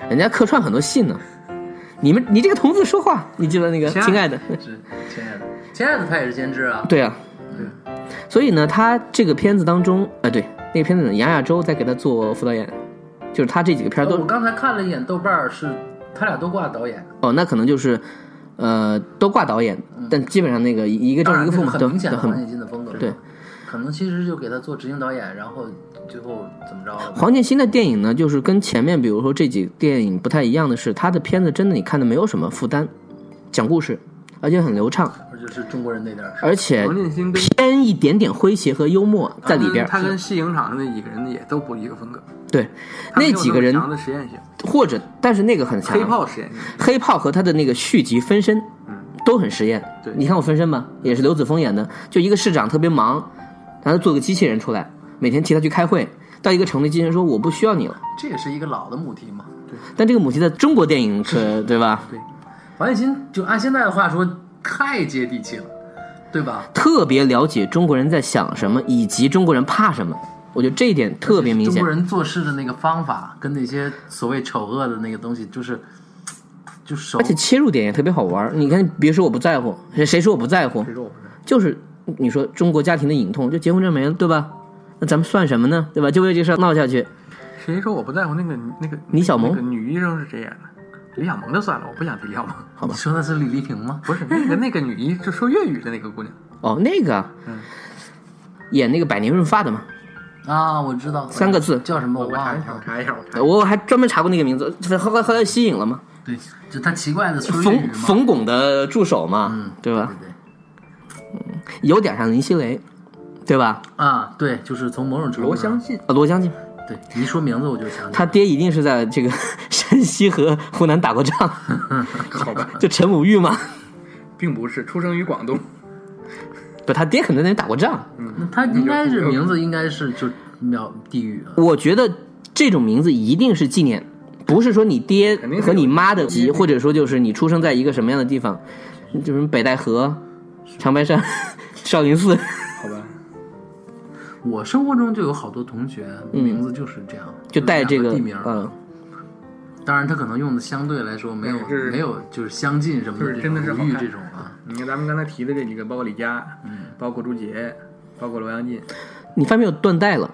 人家客串很多戏呢。你们你这个童子说话，你记得那个
亲爱的
亲爱的，
是亲爱的，亲爱的，他也是监制啊。
对啊，所以呢，他这个片子当中，呃，对，那个片子呢杨亚洲在给他做副导演，就是他这几个片儿都
哦我刚才看了一眼豆瓣儿，是他俩都挂导演，
哦，那可能就是，呃，都挂导演，
嗯
但基本上那个一个
当
正
然
一个
这
副
是
嘛，
很
都
明显
都
的黄建
很。
新的风格。
对，
可能其实就给他做执行导演，然后最后怎么着了吧？
黄建新的电影呢，就是跟前面比如说这几个电影不太一样的是，他的片子真的你看的没有什么负担，讲故事，而且很流畅，
而就是中国人那点儿事儿。
而且
黄建新跟
偏一点点诙谐和幽默呃在里边儿。
他跟西影厂那几个人也都不一个风格，
对，
他没
那
有
几个人
么强的实验性，
或者，但是那个很强。
黑炮实验性，
黑炮和他的那个续集《分身》，都很实验。
对
你看过《分身》吗？也是刘子峰演的，就一个市长特别忙，然后做个机器人出来，每天替他去开会。到一个城里，机器人说我不需要你了。
这也是一个老的母题嘛。
但这个母题在中国电 影可对吧？
王建新就按现在的话说，太接地气了，对吧？
特别了解中国人在想什么，以及中国人怕什么。我觉得这一点特别明
中
显
国。人做事的那个方法跟那些所谓丑恶的那个东西，就是就熟。
而且切入点也特别好玩儿。你看，别说我不在乎，谁谁说我不在乎？就是你说中国家庭的隐痛，就结婚证没了，对吧？那咱们算什么呢？对吧？就为这事儿闹下去。
谁说我不在乎那个那个
李小萌
那个女医生是谁演的？李小萌就算了，我不想提李小萌，
你说的是李丽萍吗？
不是那个那个女医就说粤语的那个姑娘，
哦，那个，演那个百年润发的嘛，
啊，我知道
三个字
叫什么，
我我
忘
查一下，我
了。
查一下，我查一下。
我还专门查过那个名字，后来后来吸引了嘛，
对，就他奇怪的村
冯
语嘛，
冯巩的助手嘛，
嗯，
对吧？
对对
有点像林熙蕾，对吧？
啊，对，就是从某种程度
罗
上
香，信，
啊，罗将军，
对，你一说名字我就想起来
他爹一定是在这个 山西和湖南打过仗，
好吧，
就陈武玉嘛，
并不是出生于广东，
不，他爹可能在那打过仗。
那他应该是名字应该是就秒地狱啊，
我觉得这种名字一定是纪念，不是说你爹
肯定是
和你妈的
有
籍，或者说就是你出生在一个什么样的地方，就是北戴河、长白山、 少林寺。
好吧。
我生活中就有好多同学名字就是这样，
嗯就带这
是
个
两地名儿，
嗯，
当然他可能用的相对来说没有
但是
没有就是相近什么
就是
这
真
种
的是好
无语
看
这种啊，
你看咱们刚才提的这几个，包括李佳，
嗯
包括朱杰，包括罗阳进，
你发现没有断代了？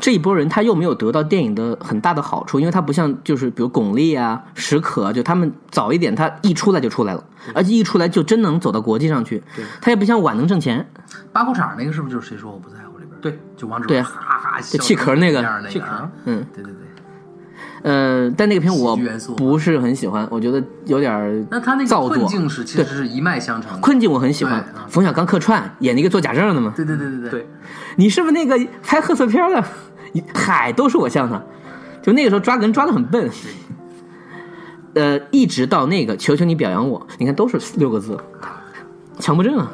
这一波人他又没有得到电影的很大的好处，因为他不像就是比如巩俐啊、史可啊，就他们早一点，他一出来就出来了，而且一出来就真能走到国际上去。他也不像婉能挣钱，
八裤衩那个是不是就是谁说我不在乎里边？
对，
就王志
对
文
啊
哈哈笑
就气壳那个
那样那
气
个啊，
壳嗯，
对对对。
呃，但那个片我
喜剧元素
不是很喜欢，我觉得有点儿
那他那
造
个
作
困。境是其实是一脉相承的，
困境我很喜欢
对啊，
冯小刚客串演那个做假证的嘛，
对对对对
对，
你是不是那个拍贺岁片的？你海都是我像他，就那个时候抓人抓的很笨。呃，一直到那个求求你表扬我，你看都是六个字，强迫症啊，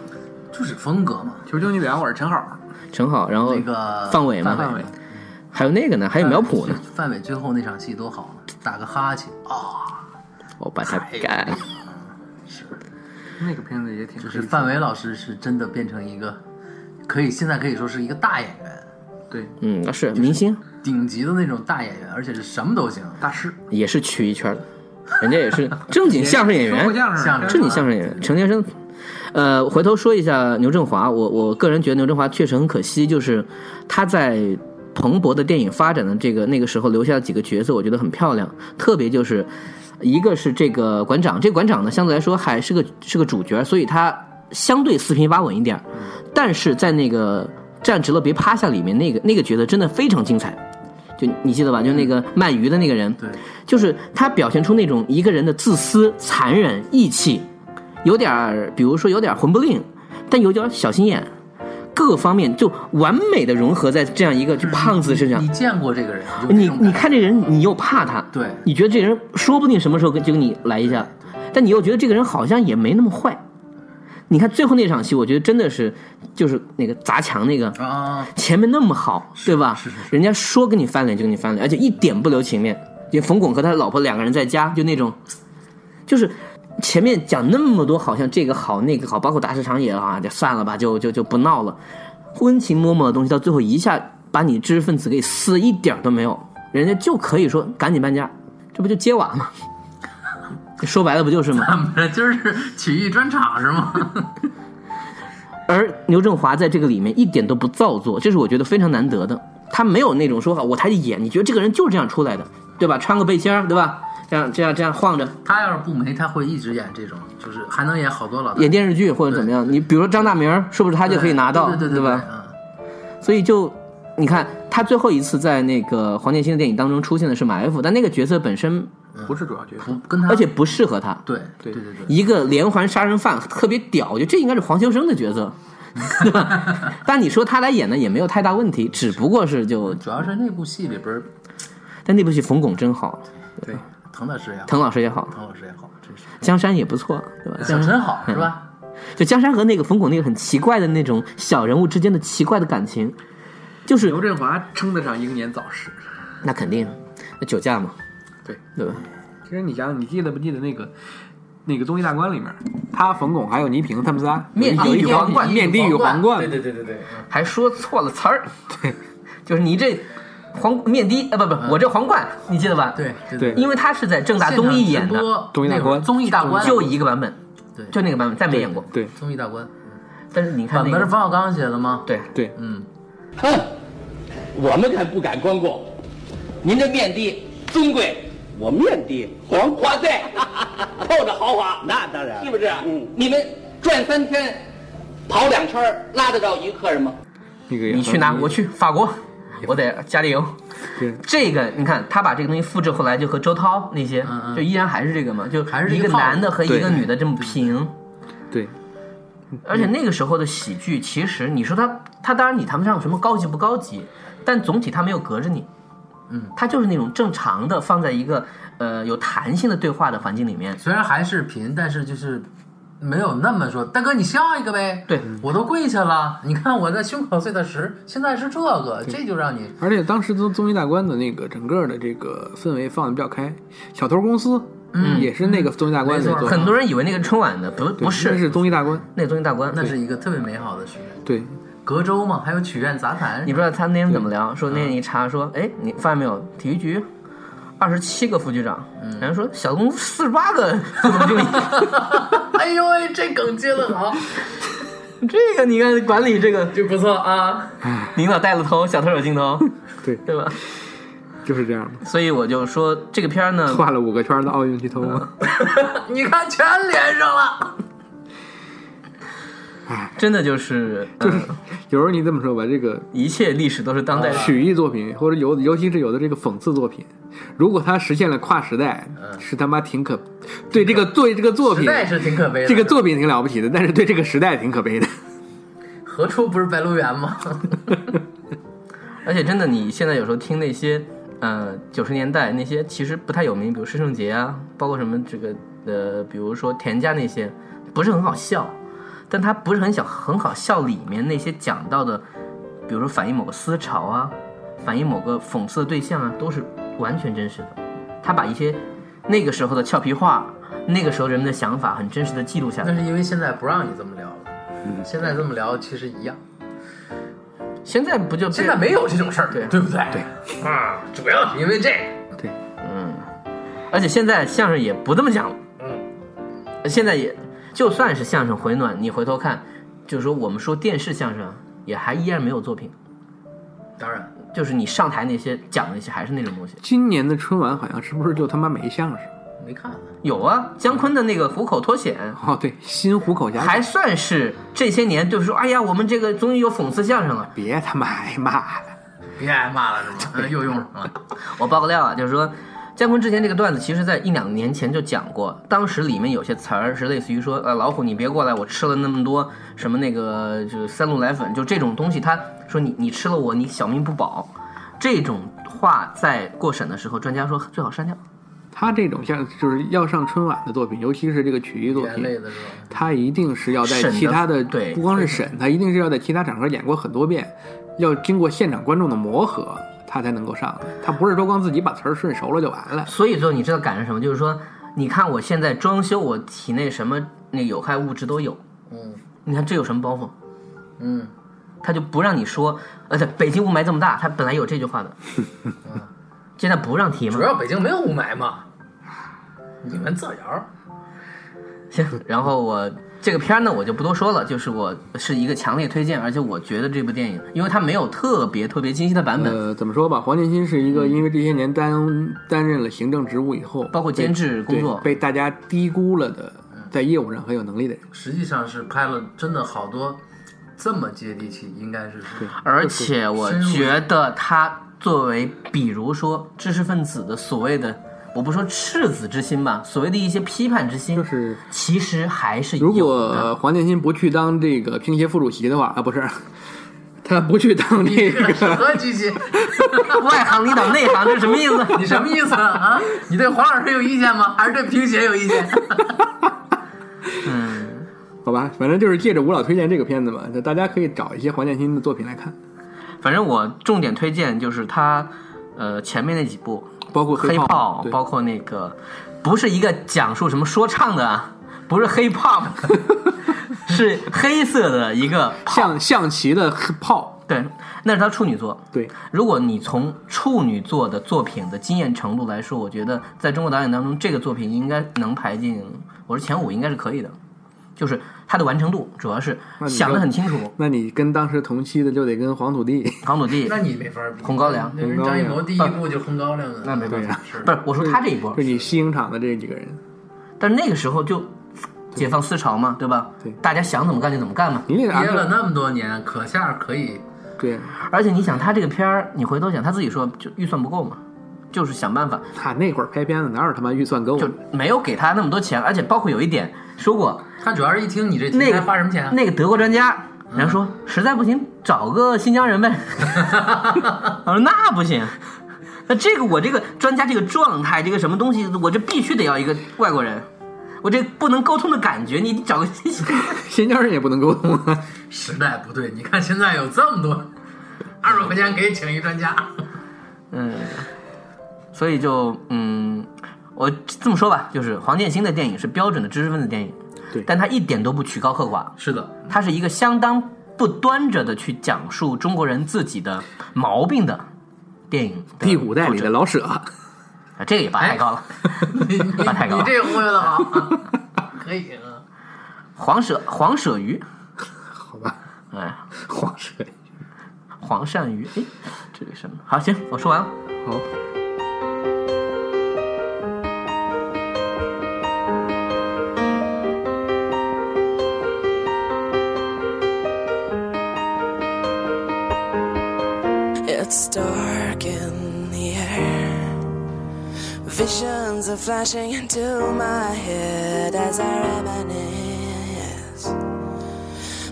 就是风格嘛。
求求你表扬我是陈好，
陈好，然后
那个
哦范伟嘛，
范伟，呃
还有那个呢，还有苗圃呢，哦
范伟最后那场戏多好啊，打个哈欠啊，
我把他
太
干了。
那个片子也挺
就是范伟老师是真的变成一个，可以现在可以说是一个大演员，
对
嗯，啊是明星
顶级的那种大演员，而且是什么都行。
大师
也是曲一圈的，人家也是正经相声演
说过
员，
相
相
声，啊
声
正经相声演员，程先生。呃，回头说一下牛振华，我我个人觉得牛振华确实很可惜，就是他在蓬勃的电影发展的这个那个时候留下的几个角色，我觉得很漂亮，特别就是一个是这个馆长，这个馆长呢相对来说还是个是个主角，所以他相对四平八稳一点儿，但是在那个站直了别趴下里面那个那个角色真的非常精彩。就你记得吧？就那个卖鱼的那个人，
嗯对，
就是他表现出那种一个人的自私、残忍、义气，有点儿，比如说有点儿魂不吝，但有点儿小心眼，各个方面就完美的融合在这样一个就
嗯
胖子身上
你。见过这个人，就这
你
种
你
感觉
看这人，你又怕他，
对
你觉得这人说不定什么时候跟就跟你来一下，但你又觉得这个人好像也没那么坏。你看最后那场戏，我觉得真的是就是那个砸墙那个，
啊，
前面那么好，对吧？
是是是
人家说跟你翻脸就跟你翻脸，而且一点不留情面。就冯巩和他老婆两个人在家，就那种，就是前面讲那么多，好像这个好那个好，包括大市场也啊，就算了吧，就就就不闹了。温情脉脉的东西，到最后一下把你知识分子给撕，一点儿都没有，人家就可以说赶紧搬家，这不就揭瓦吗？ 说白了不就是吗？
他们这今儿是曲艺专场是吗？
而牛振华在这个里面一点都不造作，这是我觉得非常难得的。他没有那种说我台演，你觉得这个人就是这样出来的，对吧？穿个背心儿，对吧？这样这样这样晃着
他要是不没，他会一直演这种，就是还能演好多老大。
演电视剧或者怎么样。你比如说张大民儿，是不是他就可以拿到，
对对对
吧？？所以就你看他最后一次在那个黄建新的电影当中出现的是马 F，但那个角色本身
不是主要角色，
不跟他，
而且不适合他。
对
对
对对对，
一个连环杀人犯特别屌，我觉得这应该是黄秋生的角色， 对吧？但你说他来演呢，也没有太大问题，只不过是就，
主要是那部戏里边儿，
但那部戏冯巩真好，
对，
滕老师也好，
滕老师也好，
滕老师也好，真是
江山也不错，对吧？
小
江山
陈好是吧？
就江山和那个冯巩那个很奇怪的那种小人物之间的奇怪的感情，就是
刘振华称得上英年早逝。
那肯定，那酒驾嘛，
对
对吧？
其实你想想，你记得不记得那个那个综艺大观里面，他冯巩还有倪萍他们仨
面
有一
的
个
与皇冠
面的与皇冠，
对对对对，
还说错了词儿，对，就是你这皇面的啊，不不，我这皇冠，你记得吧？
对
对
因为他是在正大综艺演的，
综艺大观
综艺大观
就一个版本，
对
就那个版本，再没演过。
对
综艺大观，
但是你看
版
那
本是
个，
冯小刚写的吗？
对，
对，
嗯，
哼，我们可不敢光顾。您这面的尊贵，我面的皇哇塞，透着豪华，那当然，是不是？嗯，你们转三天，跑两圈儿，拉得到一个客人吗？
那个也
你去哪？我去法国，我得加里营。这个你看，他把这个东西复制回来，就和周涛那些，
嗯嗯
就依然还是这个嘛，就
还是这
一
个
个
套路
男的和一
对
个女的这么平。
对，
而且那个时候的喜剧，其实你说它，它当然你谈不上有什么高级不高级，但总体它没有隔着你，嗯，它就是那种正常的放在一个呃有弹性的对话的环境里面，
虽然还是贫，但是就是没有那么说，大哥你笑一个呗。
对
我都跪下了，你看我在胸口碎的石，现在是这个，这就让你
而且当时综综艺大观的那个整个的这个氛围放的比较开，小偷公司也是那个综艺大观里
嗯没错
做的，
很多人以为那个春晚的不
对
不
那
是
是综艺大观，
那个东西大观，
那是一个特别美好的时间。
对，
隔周嘛，还有曲苑杂谈，
你不知道他那天怎么聊，说那天一查说，哎，你发现没有，体育局二十七个副局长，然后说小东四十八个副总经理，
哎呦喂，这梗接的好，
这个你看管理这个
这不错啊。
领导带了头，小偷有镜头，
对
对吧？
就是这样的，
所以我就说这个片儿呢，
画了五个圈的奥运巨头
嗯
嘛，
你看全连上了，
真的就是，就是、
有时候你这么说吧，这个
一切历史都是当代史。
曲艺作品或者有尤其是有的这个讽刺作品，如果它实现了跨时代，是他妈挺可，对这个对这个作
实
品。
嗯在是挺可悲的。
这个作品挺了不起的，但是对这个时代挺可悲的。
何处不是白鹿原吗？
而且真的，你现在有时候听那些，呃，九十年代那些其实不太有名，比如师胜杰啊，包括什么这个，呃，比如说田家那些，不是很好笑，但他不是很想很好笑里面那些讲到的，比如说反映某个思潮啊，反映某个讽刺的对象啊，都是完全真实的。他把一些那个时候的俏皮话，那个时候人们的想法，很真实的记录下
那
来。
是因为现在不让你这么聊了，现在这么聊其实一样，
现在不就被
现在没有这种事儿，
对
对不对？对啊，主要是因为这个。
对，
而且现在相声也不这么讲了。嗯，现在也就算是相声回暖，你回头看，就是说我们说电视相声啊也还依然没有作品，
当然，
就是你上台那些讲的那些还是那种东西。
今年的春晚好像是不是就他妈没相声？
没看呢。
有啊，姜昆的那个虎口脱险。
哦，对，新虎口峡
还算是这些年，就是说，哎呀，我们这个终于有讽刺相声了。
别他妈挨骂了。
别挨骂了是吗？嗯又用上 了。
我爆个料啊，就是说，姜昆之前这个段子，其实在一两年前就讲过，当时里面有些词儿是类似于说，呃，老虎你别过来，我吃了那么多什么那个就是三鹿奶粉，就这种东西，他说你你吃了我，你小命不保，这种话在过审的时候，专家说最好删掉。
他这种像就是要上春晚的作品，尤其是这个曲艺作
眼泪
品，
的时候，
他一定是要在
审的
其他的，
对
不光是审，他一定是要在其他场合演过很多遍，要经过现场观众的磨合，他才能够上。他不是说光自己把词儿顺熟了就完了。
所以最后你知道赶上什么？就是说，你看我现在装修，我体内什么那有害物质都有，
嗯
你看这有什么包袱？
嗯，
他就不让你说，呃，对，北京雾霾这么大，他本来有这句话的，现在不让提吗
主？要北京没有雾霾嘛，你们造谣。
行，然后我这个片儿呢，我就不多说了，就是我是一个强烈推荐，而且我觉得这部电影，因为它没有特别特别清晰的版本，
呃，怎么说吧，黄建新是一个因为这些年担担任了行政职务以后，
包括监制工作嗯
对被大家低估了的，在业务上很有能力的人。
实际上是拍了真的好多这么接地气，应该是是
而且我觉得它作为比如说知识分子的所谓的，我不说赤子之心吧，所谓的一些批判之心，
就是
其实还是
如
有的
果黄建新不去当这个乒协副主席的话，啊，不是， 他不去当这个，
什么 剧情？
外行领导内行，这是什么意思？
你什么意思啊？啊你对黄老师有意见吗？还是对评协有意见？
好吧，反正就是借着吴老推荐这个片子嘛，就大家可以找一些黄建新的作品来看，
反正我重点推荐就是他，呃，前面那几部，
包括
黑
炮，
炮，
对
包括那个，不是一个讲述什么说唱的啊，不是黑 pop，是黑色的一个炮。
象象棋的黑炮，
对，那是他处女作。
对，
如果你从处女作的作品的经验程度来说，我觉得在中国导演当中，这个作品应该能排进，我说前五应该是可以的，就是它的完成度主要是
那你
想
说
得很清楚。
那你跟当时同期的就得跟黄土地，
唐土地
那你没法比。
红高粱
那人张艺谋第一部就红高粱的，
那没办
对呀、
是
不是我说 他这一波
就，你西影厂的这几个人，
但是那个时候就解放思潮嘛，对吧？
对嗯
大家想怎么干就怎么干嘛。
你得
憋
按
了
照
那么多年，可下可以
对，
而且你想，他这个片儿，你回头想，他自己说就预算不够嘛，就是想办法，
他那会儿拍片子哪有他妈预算够
就
啊？
没有给他那么多钱，而且包括有一点说过，
他主要是一听你这题
那
材
个
花什么钱啊？
那个德国专家，
嗯
人家说实在不行找个新疆 人呗。我说那不行，那这个我这个专家这个状态，这个什么东西，我这必须得要一个外国人，我这不能沟通的感觉，你找个新疆人。
新疆人也不能沟通啊。
时代不对，你看现在有这么多，二百块钱给请一专家，
嗯，所以就嗯，我这么说吧，就是黄建新的电影是标准的知识分子电影，
对
但他一点都不曲高和寡，
是的，
他是一个相当不端着的去讲述中国人自己的毛病的电影的
第五代里的老舍，
啊，这个也拔太高了，
你你
拔太高
哎你
了。
这个忽悠的好，可以啊，
黄舍黄舍 鱼，
好吧，
哎，
黄 舍。
黄鳝鱼，哎，这个什么？好，行，我说完了。
好，
It's dark in the air. Visions are flashing into my head as I reminisce.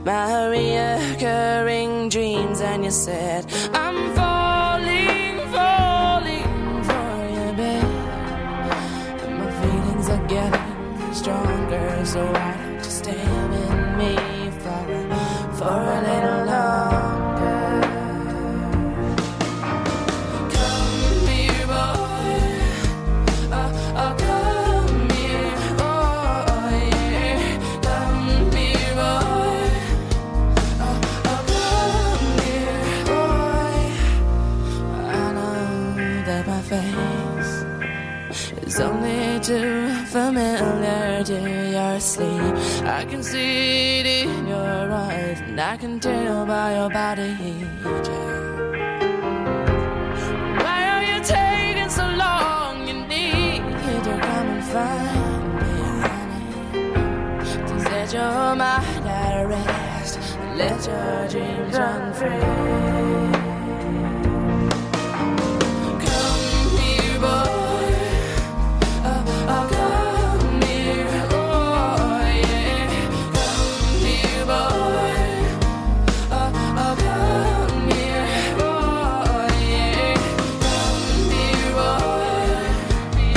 My reoccurring dreams, and you said, I'm falling, falling for you, babe. And my feelings are getting stronger, so why don't you stay with me for a, for a little longer? Come here, boy. Oh, oh, come here, boy. Come here, boy. Oh, oh, come here, boy. I know that my face is only too familiar to your sleep. I can see it in your eyes, and I can tell by your body heat. Why are you taking so long? You need to come and find me, honey. To set your mind at rest, and let your dreams run free. Come here, boy. Oh, oh, come here, boy. Come here, boy. Oh, oh, come here, oh, boy. Come here, boy. Oh, oh, come here, boy. Come here, boy. Oh, oh, come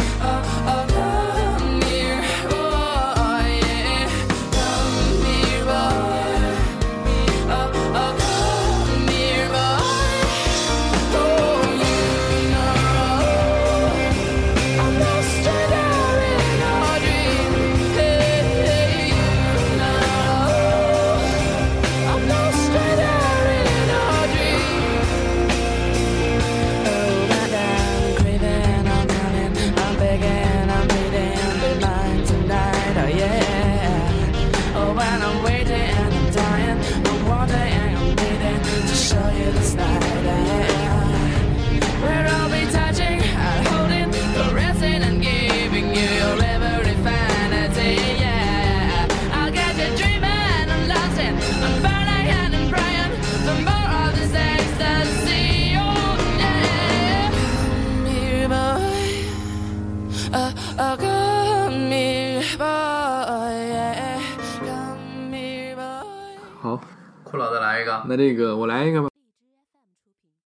here, boy. Oh, you know I'm lost there in our dream. Hey, you know. I'm lost right there in our dream. Oh, madam, I'm craving, I'm running, I'm begging, I'm bleeding, be mine tonight, oh yeah. Oh, and I'm waiting, I'm dying, I'm wanting, I'm waiting to show you this night, yeah. Where I'll be touching, I'll hold it, caressing and giving you your every fantasy, yeah. I'll get you dreaming, I'm lost in, I'm burning and I'm crying for more of this ecstasy, oh yeah. Come here, boy. Uh, uh, come here, boy, yeah. Come here, boy.
好，
酷老再来一个，
那这个我来一个吧。